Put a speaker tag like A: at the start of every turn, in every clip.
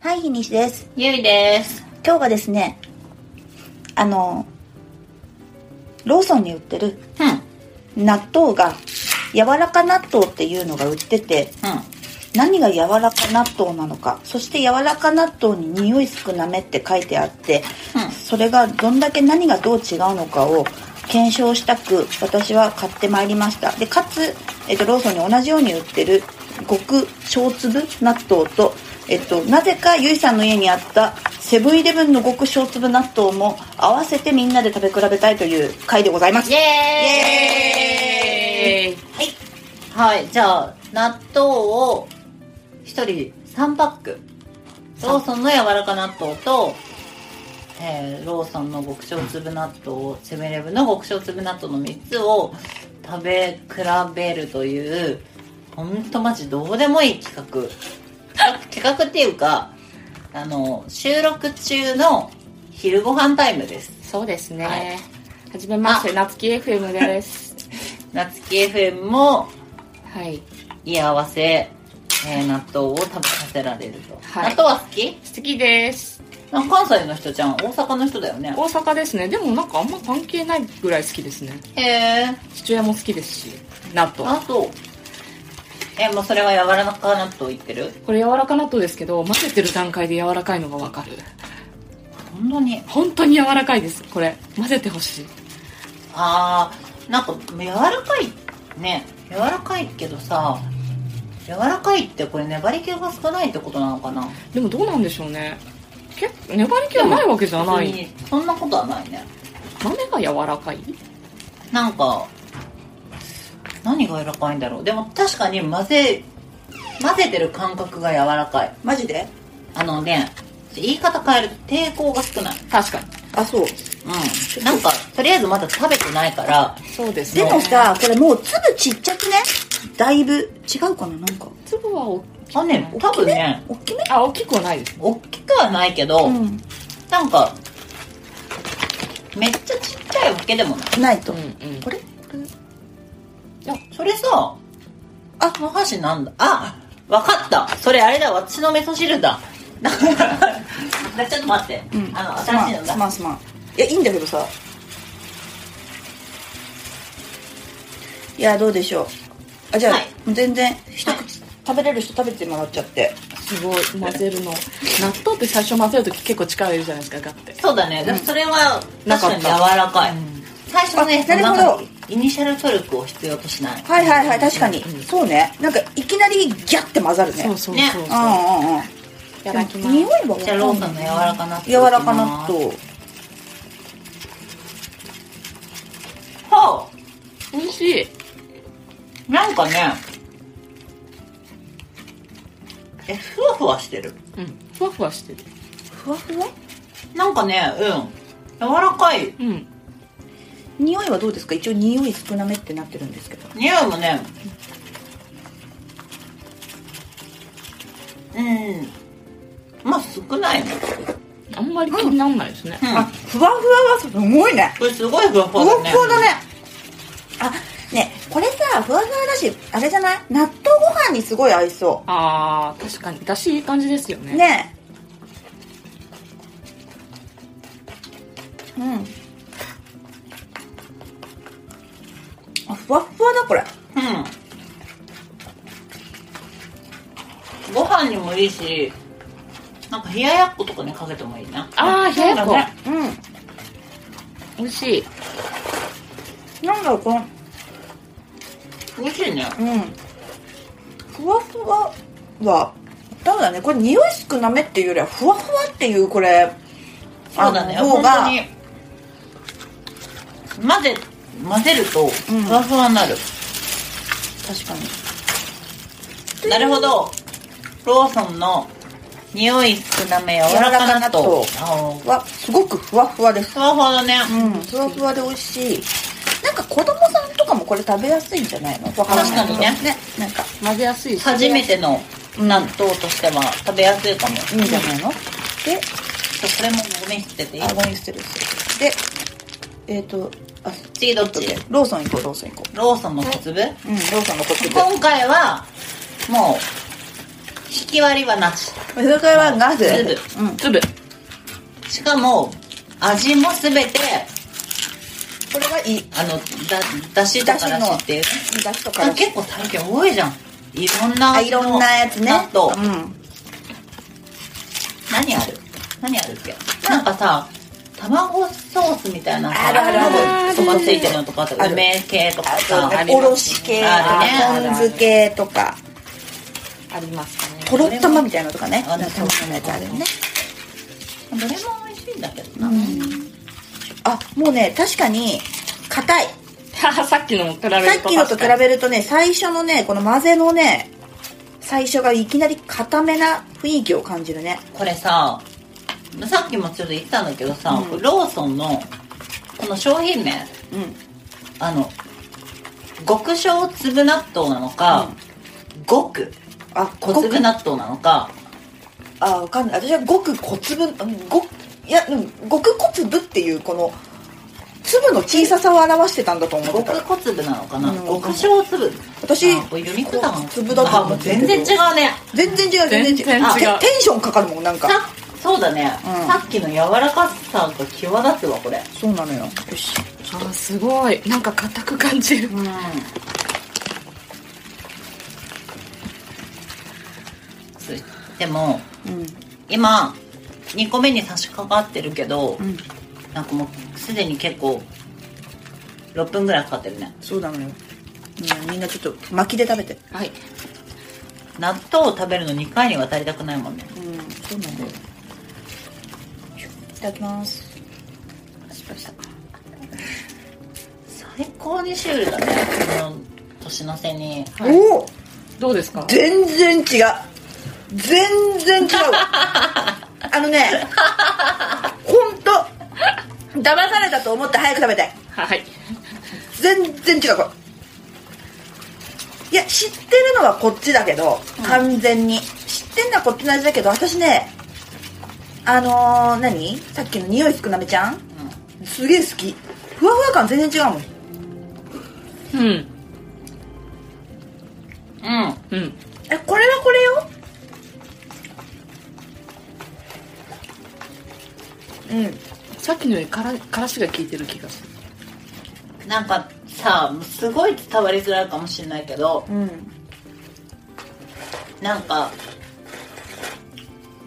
A: はい、ひにしです。
B: ゆいです。
A: 今日はですね、あの、ローソンに売ってる
B: うん。うん。
A: 納豆が、柔らか納豆っていうのが売ってて、何が柔らか納豆なのか、そして柔らか納豆に匂い少なめって書いてあって、
B: うん
A: それがどんだけ何がどう違うのかを検証したく、私は買ってまいりました。で、かつ、えっと、ローソンに同じように売ってる、極小粒納豆と、えっと、なぜかゆいさんの家にあったセブンイレブンの極小粒納豆も合わせてみんなで食べ比べたいという回でございます。
B: イエーイ
A: はい。
B: はい、じゃあ、納豆を一人3パック。ローソンの柔らか納豆と、えーローソンの極小粒納豆を、セブンイレブンの極小粒納豆の3つを食べ比べるという、ほんとマジどうでもいい企画。企画企画っていうか、あの、収録中の昼ご飯タイムです。
C: そうですね。
B: は
C: はいじめまして、夏木 FM です。
B: 夏木 FM も
C: はい。
B: 居合わせ、えー納豆を食べさせられると、
C: はい
B: 納豆は好き
C: 素敵です。
B: なんか関西の人じゃん大阪の人だよね
C: 大阪ですね。でもなんかあんま関係ないぐらい好きですね。
B: へえ
C: 父親も好きですし、納豆。
B: 納豆えもうそれは柔らか納豆言ってる
C: これ柔らか納豆ですけど、混ぜてる段階で柔らかいのがわかる。
B: 本当に
C: 本当に柔らかいです、これ。混ぜてほしい。
B: あーなんか柔らかいね柔らかいけどさ柔らかいってこれ粘り気が少ないってことなのかな
C: でもどうなんでしょうね。結構粘り気はないわけじゃない。
B: 別にそんなことはないね
C: 豆が柔らかい
B: なんか何が柔らかいんだろうでも確かに混ぜ混ぜてる感覚が柔らかい
A: マジで
B: あのね言い方変えると抵抗が少ない
C: 確かに。
A: あ、そう。
B: うんなんかとりあえずまだ食べてないから
C: そうです
A: で
C: ね。
A: も、さ、これもう粒ちっちゃくねだいぶ違うかななんか。
C: 粒は大きく
B: あ
C: ない
B: ね多分ね
A: 大きめ
C: あ、大きくはないです。
B: 大きくはないけど、
A: うん。
B: なんかめっちゃちっちゃいわけでもない
A: ないと。
C: うん。
A: これこれ
B: それさあの箸なんだあわかったそれあれだ私の味噌汁だ だからちょっと待って、あの新しいのだ
A: すまんすまん。いや、いいんだけどさ。いや、どうでしょう。あ、じゃあ、
B: はい
A: 全然、一口、食べれる人食べてもらっちゃって。
C: すごい混ぜるの納豆って最初混ぜるとき結構力入れるじゃないですかガッて
B: そうだね、でもそれは
C: な
B: 確
C: かっ
B: か
C: た
B: に柔らかい、最初ね
A: あなるほど
B: んかイニシャルトルクを必要としない
A: はいはいはい、確かに。
C: うん
A: そうね。なんか、いきなりギャッて混ざるね。
C: そうそうそうそ
A: う
B: ね
C: う、い
A: んうんうん。
C: ただきま
A: 匂い
C: す
A: はわかんない
B: じゃあローソンの柔らか納豆
A: 柔らか納豆。
B: ほ
C: 美味しいう
B: なんかねえふわふわしてる
C: うんふわふわしてる
A: ふわふわ
B: なんかねうん柔らかい
C: うん
A: 匂いはどうですか一応匂い少なめってなってるんですけど。
B: 匂いもねうんまあ少ないね
C: あんまり気にならないですね、
B: うん
A: あ、ふわふわはすごいね。
B: これすごいふわふ
A: ふ
B: わ
A: わ
B: だね
A: ふわだね。あ、ね、これさ、ふわふわだし、あれじゃない納豆ご飯にすごい合いそ
C: あー確かにだしいい感じですよね
A: う。ね。うん。あ、ふわっふわだ、これ。
B: うんご飯にもいいしなんか冷ややっことかにかけてもいいな
C: あー冷ややっこ
B: そうだね
A: う
C: 美味しい
A: ん。なんだろう、この、
B: 美味しいね
A: うん。ふわふわは、そうだね、これ匂い少なめっていうよりは、ふわふわっていう、これ、
B: そうだね
A: あの方
B: 本
A: が
B: 当に混ぜ混ぜると
A: うん
B: ふわふわになる、
A: 確かに。
B: なるほどローソンの匂い少なめ柔らか納豆
A: 柔
B: あー
A: は、すごくふわふわです。
B: ふわふわだね、
A: うん、ふわふわで美味しい。なんか子供さんとかもこれ食べやすいんじゃないのわからないけど
B: 確かにね
A: ね、なんか
C: 混ぜやすいし
B: 初めての納豆としては食べやすいかも、
A: いいんじゃないの、で、
B: ちょこれもごめんしてていい
A: あ、ゴミ捨てる捨てる。で、えっ、と、あ、
B: 次どっ
A: ちょっ
B: ち
A: とねローソン行こう、ローソン行こ
B: ローソンの小粒、
A: う。うん、ローソンのこっちで。
B: 今回はもう引き割りはなし
A: それからはガズ
B: 粒
A: うん
C: 粒
B: しかも味も全て
A: これがいい
B: あのだだしだからしっていうね
A: 出汁と
B: あ
A: か
B: 結構最近多いじゃんいろんな
A: あ
B: 味
A: い
B: の
A: ろんなやつね
B: 納豆
A: うん
B: 何ある何あるっけなんかさ卵ソースみたいなさ
A: あるある
C: ある
B: そばついてるのとかあと
A: ある
B: 梅系とかさ
C: ある
A: おろし系
B: あるね
A: あポン酢系とか
C: ありますかね
A: とろっとまみたいなのとかね
B: あ
A: なん
B: る
A: か卵のやつあるよね
B: どれも美味しいんだけどな、
A: あもうね確かに硬い
C: さっきの比べると
A: さっきのと比べるとね最初のねこの混ぜのね最初がいきなり固めな雰囲気を感じるね
B: これささっきもちょっと言ったんだけどさ、ローソンのこの商品名
A: うん
B: あの極小粒納豆なのか、極
A: あ
B: 小粒納豆なのか
A: あわかんない私はごく小粒うんごいやうんごく小粒っていうこの粒の小ささを表してたんだと思って
B: 極
A: た
B: 小粒なのかな、
A: うん
B: 極小粒
A: 私
B: あこれ読み方が
A: 小粒だと
B: あ
A: 思
B: も
A: っ
B: う
A: てる
B: 全然違うね
A: 全然違う全然違う
C: 全然違う
A: あテテンションかかるもんなん
B: さ
A: か
B: そうだね、
A: うん
B: さっきの柔らかさが際立つわこれ
A: そうなのよよし
C: あーすごいなんか硬く感じる
B: うんでも
A: うん
B: 今2個目に差し掛かってるけど、
A: うん
B: なんかもうすでに結構6分ぐらいかかってるね
A: そうなのようんみんなちょっと巻きで食べて
C: はい
B: 納豆を食べるの2回には足りたくないもんね
A: うんそうなんだよいただきます
B: 最高にシュールだねこの年の瀬に
C: はい
A: おお
C: どうですか
A: 全然違う全然 違うあのね本当騙されたと思って早く食べたい
C: はい
A: 全然違うこれいや知ってるのはこっちだけど完全に、知ってんのはこっちの味だけど私ねあのー、何さっきの匂い少なめちゃんすげえ好きふわふわ感全然違うもん
C: うん
B: うん
C: うん
A: えこれはこれようん
C: さっきのよりからからしが効いてる気がする
B: なんかさすごい伝わりづらいかもしれないけど
A: うん
B: なんか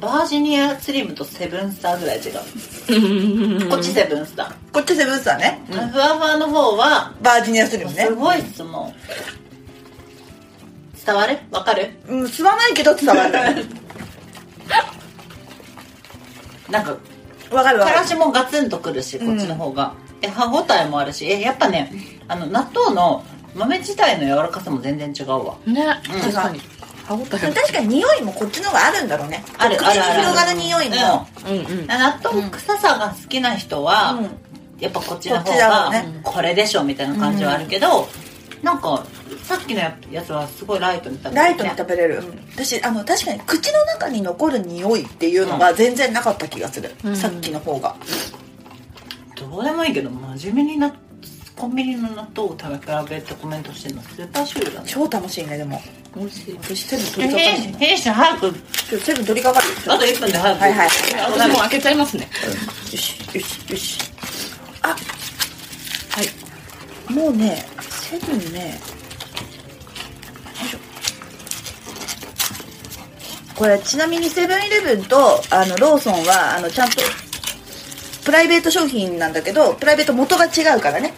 B: バージニアスリムとセブンスターぐらい違う、こっちセブンスタ
A: こっちセブンスターね
B: ー、ふわふわの方は
A: バージニアスリムね
B: すごい質問、伝わるわかる
A: うん吸わないけど伝 わる
B: なんか
A: わかるわ
B: か
A: からる
B: しもガツンとくるしこっちの方が、で歯ごたえもあるしえやっぱねあの納豆の豆自体の柔らかさも全然違うわ
C: ね、
B: ん
C: 確かに歯応え
A: 確かに匂いもこっちの方があるんだろうね
B: ある
A: 口
B: あ
A: に
B: るある
A: 広がる匂いも、
C: うんうん
B: 納豆臭さが好きな人は、
A: うん
B: やっぱこっちの
A: こっ
B: 方
A: ちだろう
B: が
A: ね
B: これでしょみたいな感じはあるけど、なんかさっきのやつはすごいライトに食べる、ね、
A: ライトに食べれる、うん私あの確かに口の中に残る匂いっていうのが全然なかった気がする、
C: うん
A: さっきの方が、
B: どうでもいいけど真面目になコンビニの納豆を食べ比べってコメントしてるのスーパーシュールだね
A: 超楽しいねでも
C: 美味しい
A: 私セブン取りかかるね
B: 弊社早く
A: 今日セブン取りかかる
B: あと1分で早く
A: はいはい
C: 私もう開けちゃいますね
A: よしよしよし
C: はい
A: もうねセブンねよいしょこれちなみにセブンイレブンとあのローソンはあのちゃんとプライベート商品なんだけどプライベート元が違うからね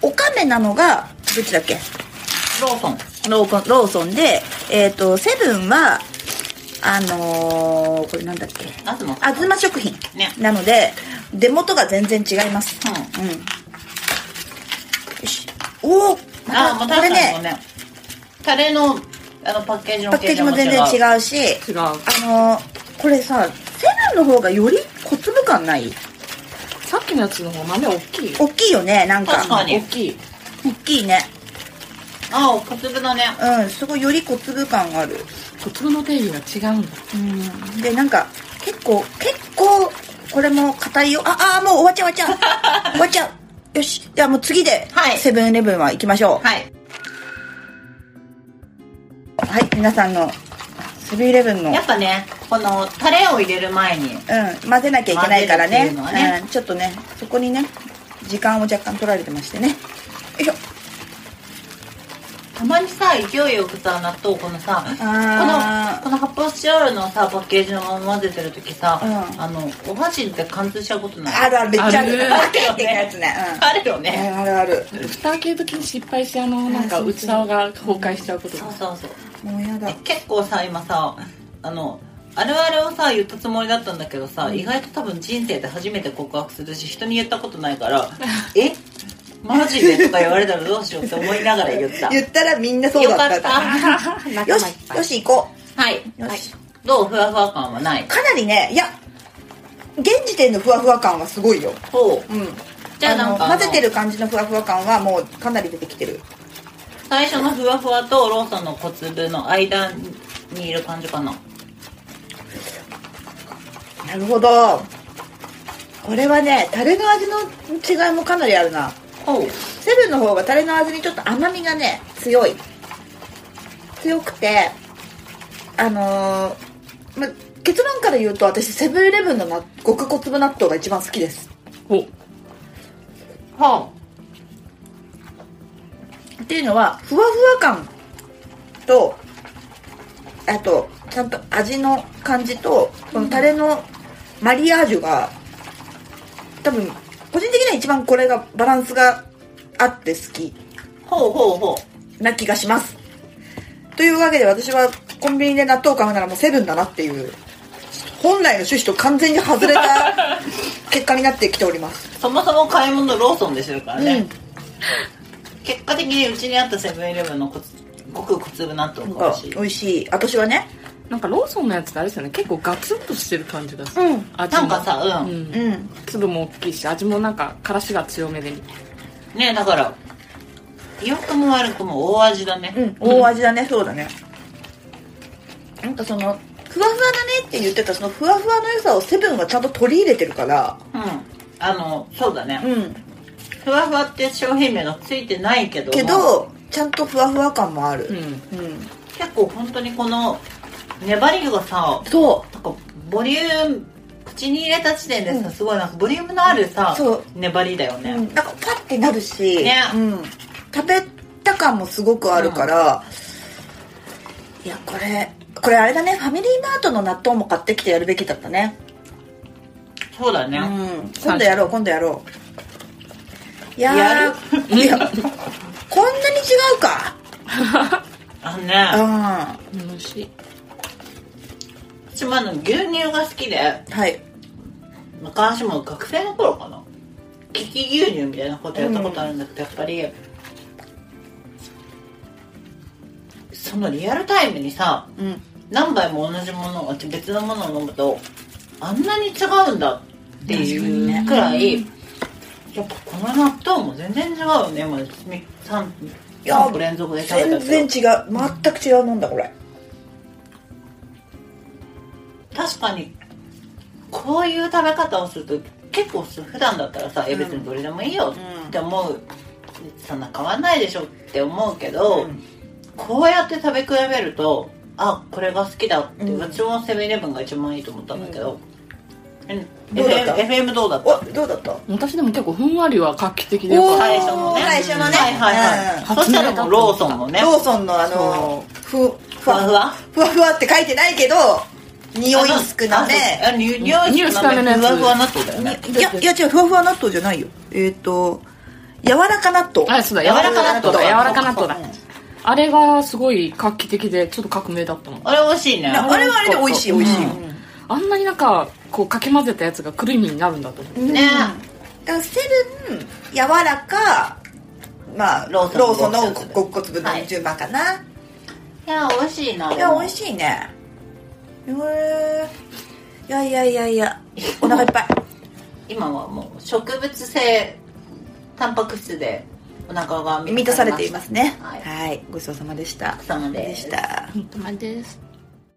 A: おかめなのがどっちだっけ
B: ローソン
A: ローコンローソンで、えっとセブンはあのーこれなんだっけ
B: あずも
A: あずま食品、
B: ね
A: なので出元が全然違いますうん、よしおお
B: あもう
A: これ
B: 確かにも
A: ね
B: うねタレのあのパッケージの
A: パッケージも全然
B: う
A: 違うし
C: 違う
A: あのーこれさセブンの方がより小粒感ない
C: さっきのやつの方豆大きい
A: 大きいよねなんか
B: 確かに
C: 大きい
A: 大きいね
B: あお小粒だね
A: うんすごいより小粒感がある
C: 小粒の定義が違うんだ
A: うんでなんか結構結構これも硬いよああもう終わっちゃう終わっちゃう終わっちゃうよしじゃあもう次で
B: はい
A: セブンイレブンは行きましょう
B: はい
A: はい、皆さんのセブンイレブンの、う
B: やっぱねこのタレを入れる前に
A: ん、混ぜなきゃいけないからね
B: 混ぜるっていうのはね
A: うん、ちょっとねそこにね時間を若干取られてましてねよいしょ
B: たまにさ勢いよくさ納豆をこのさ
A: あー
B: このこの発泡スチロールのさパッケージのまま混ぜてる時さ、
A: うん
B: あのお箸って貫通しちゃうことない
A: あるあるめっちゃある
B: あ
A: バ
B: る
A: ケ
B: よ
A: ってや
B: ね
A: つね、
B: あるよ
A: うん、
B: ね
A: あるある
C: 蓋開ける時に失敗してあのなん
A: あ
C: か
A: そう
C: 器
A: そう
C: が崩壊しちゃうこと
B: そうそうそう
A: もうやだ
B: え結構さ今さあのあるあるをさ言ったつもりだったんだけどさ、意外と多分人生で初めて告白するし人に言ったことないから「えマジで?」とか言われたらどうしようって思いながら言った
A: 言ったらみんな そうだ
B: よ
A: った
B: かった
A: よしよし行こ
B: はい、
A: うよし、
B: どうふわふわ感はない
A: かなりねいや現時点のふわふわ感はすごいよ
B: ほう
A: うん
B: じゃあなんか
A: の混ぜてる感じのふわふわ感はもうかなり出てきてる
B: 最初のふわふわとローソンの小粒の間にいる感じかな
A: なるほどこれはねタレの味の違いもかなりあるな
B: ほう
A: セブンの方がタレの味にちょっと甘みがね強い強くてあのーま、結論から言うと私セブンイレブンのな極小粒納豆が一番好きです
C: お
B: ほ
A: っていうのはふわふわ感とあとちゃんと味の感じとこのタレのマリアージュが多分個人的には一番これがバランスがあって好き
B: うほうほうほ
A: な気がしますというわけで私はコンビニで納豆を買うならもうセブンだなっていう本来の趣旨と完全に外れ た結果になってきております、
B: うそもそも買い物ローソンでしてるから
A: う
B: ね、
A: ん
B: 結果的にうちにあったセブンイレブンのこつごく小粒納豆
A: なん
B: が
A: か
B: 美味しい
A: 美味しい私はね
C: なんかローソンのやつってあれですよね結構ガツンとしてる感じがする、
A: うん
C: 味
B: な
C: も
B: んかさうん、
C: うん
A: うん
C: 粒も大きいし味もなんかからしが強めで
B: ねだから良くも悪くも大味だね、
A: うん、大味だね、そうだねなんかそのふわふわだねって言ってたそのふわふわの良さをセブンはちゃんと取り入れてるから
B: うんあのそうだね、
A: うん
B: ふわふわって商品名がついてないけども
A: けどちゃんとふわふわ感もあ
C: う
A: る
C: ん
A: うん、
B: 結構本当にこの粘りがさ
A: そ
B: なんかボリューム口に入れた時点でさ、
A: うん
B: すごいなんかボリュームのあるさ、
A: そう
B: 粘りだよ
A: う、
B: ね、
A: うん、なんかパッてなるし、
B: ね
A: うん、食べた感もすごくあるから、いやこれこれあれだねファミリーマートの納豆も買ってきてやるべきだったね
B: そうだ
A: う
B: ね、
A: ん今度やろう今度やろういやー
B: や
A: いやこんなに違うか
B: あのね、
A: う
C: 美味しい
B: 私もあの牛乳が好きで
A: んはい
B: 昔も学生の頃かな利き牛乳みたいなことやったことあるんだけど、やっぱりそのリアルタイムにさ
A: うん
B: 何杯も同じものを別のものを飲むとあんなに違うんだっていうくらい、やっぱこの納豆も全然違うよねもう3
A: いや
B: 個連続で食べた
A: 全
B: けど
A: 然違う全く違うもんだこれ
B: 確かにこういう食べ方をすると結構さ普段だったらさ「え別にどれでもいいよ」って思う、そんな変わんないでしょって思うけど、
A: うん
B: こうやって食べ比べるとあこれが好きだって、う
A: うん
B: ちもセブンイレブンが一番いいと思ったんだけど、え
A: どうだった
B: FM, FM どうだった
A: おどうだった
C: 私でも結構ふんわりは画期的でよ
A: おー
C: かっ
B: 最初のね
A: 最初のね
B: はいはいはい、
C: うん
B: そしたらもうローソンのね
A: ローソンのあのふふ
B: ふわふわ
A: ふわふわって書いてないけど匂い少なめ
B: あのあ匂い少なめ
C: 匂い少なめのやつ
B: ふわふわ納豆だよ
A: に
B: ね
A: いやいや違うふわふわ納豆じゃないよえっ、と柔らか納豆
C: たあそうだ
B: 柔
C: 柔
B: ら
C: ら
B: か
C: か
B: 納
C: 納
B: 豆だ
C: 豆だ柔らか納豆だ
A: うん
C: あれがすごい画期的でちょっと革命だったもん
B: あれ美味しいね
A: あれはあれで美味しい美味しい、
C: うんあんなになんかこうかき混ぜたやつがくるみになるんだと思う
A: うん
B: ね
A: だからセブン柔らかまあ
B: ロ
A: ロ
B: ー
A: ー
B: ソン
A: ソンの
B: ごく
A: ご骨分の順番かな、
B: いや美味しいないい
A: や美味しいねへえいやいやいやいやお腹いっぱい
B: 今はもう植物性タンパク質でお腹が
A: 満たされていますね
B: はい
A: はい、ごちそうさまでした
B: お疲れ様です
A: でした
C: 本当です